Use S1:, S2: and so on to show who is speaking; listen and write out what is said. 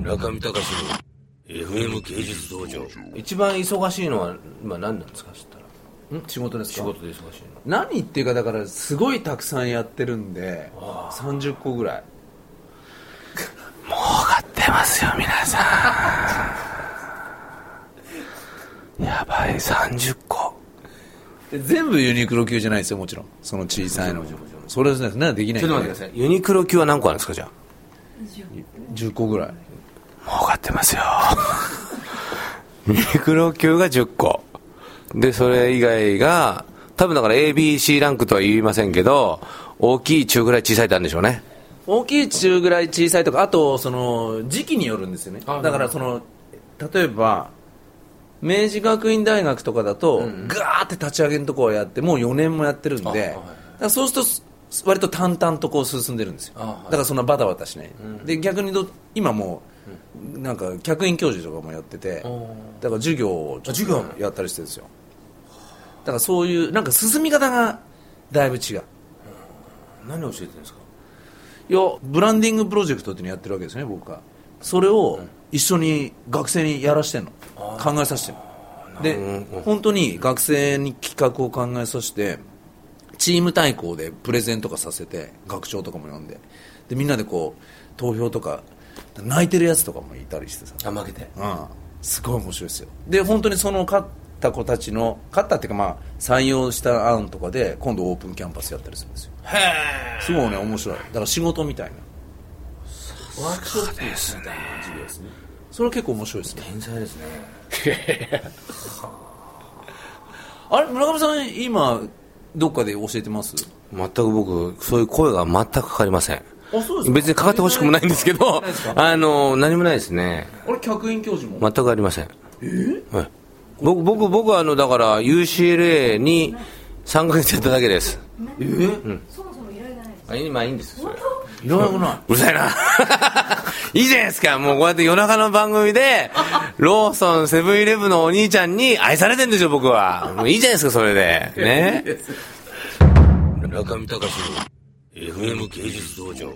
S1: 中見隆の FM 芸術道場
S2: 一番忙しいのは今何なんですかそしたら
S3: ん仕事ですか
S2: 仕事で忙しいの
S3: 何っていうかだからすごいたくさんやってるんで30個ぐらい
S1: 出ますよ皆さんやばい30個
S3: で全部ユニクロ級じゃないですよもちろんその小さいのそれですねできない
S2: ちょっと待ってくださいユニクロ級は何個あるんですかじゃあ
S3: 10個ぐらい
S1: 儲かってますよ
S2: ユニクロ級が10個でそれ以外が多分だから ABC ランクとは言いませんけど大きい中ぐらい小さいってあるんでしょうね
S3: 大きい中ぐらい小さいとかあとその時期によるんですよねだからその例えば明治学院大学とかだと、ガーって立ち上げのとこをやってもう4年もやってるんで、だからそうするとす割と淡々とこう進んでるんですよ、だからそんなバタバタしない、で逆にど今もうなんか客員教授とかもやってて、だから授業をちょっとやったりしてるんですよだからそういうなんか進み方がだいぶ違う
S2: 何教えてるんですか
S3: いやブランディングプロジェクトっていうのやってるわけですね僕はそれを一緒に学生にやらしてんの考えさせてんので本当に学生に企画を考えさせてチーム対抗でプレゼンとかさせて学長とかも呼んででみんなでこう投票とか泣いてるやつとかもいたりしてさ
S2: あ負けて
S3: うんすごい面白いですよで本当にその勝った子たちの勝ったっていうかまあ採用した案とかで今度オープンキャンパスやったりするんですよへえすごいね面白いだから仕事みたいなワークショップみたいな授業ですねそれは結構面白いですね
S2: 天才ですね
S3: あれ村上さん今どっかで教えてます
S2: 全く僕そういう声が全くかかりません
S3: あそうですか
S2: 別にかかってほしくもないんですけど
S3: ないですか
S2: あの何もないですね
S3: あれ客員教授も、
S2: 全くありませんはい、僕僕僕はあのだから UCLA に3ヶ月やっただけです
S3: えー
S4: そもそも依頼がないです。
S2: あ今いいんですそれ
S3: いらなくな
S2: うるさいな。 いいじゃないですか。もうこうやって夜中の番組で、ローソン、セブンイレブンのお兄ちゃんに愛されてんでしょ、僕は。もういいじゃないですか、それで。ね。
S1: 中見隆の FM 芸術道場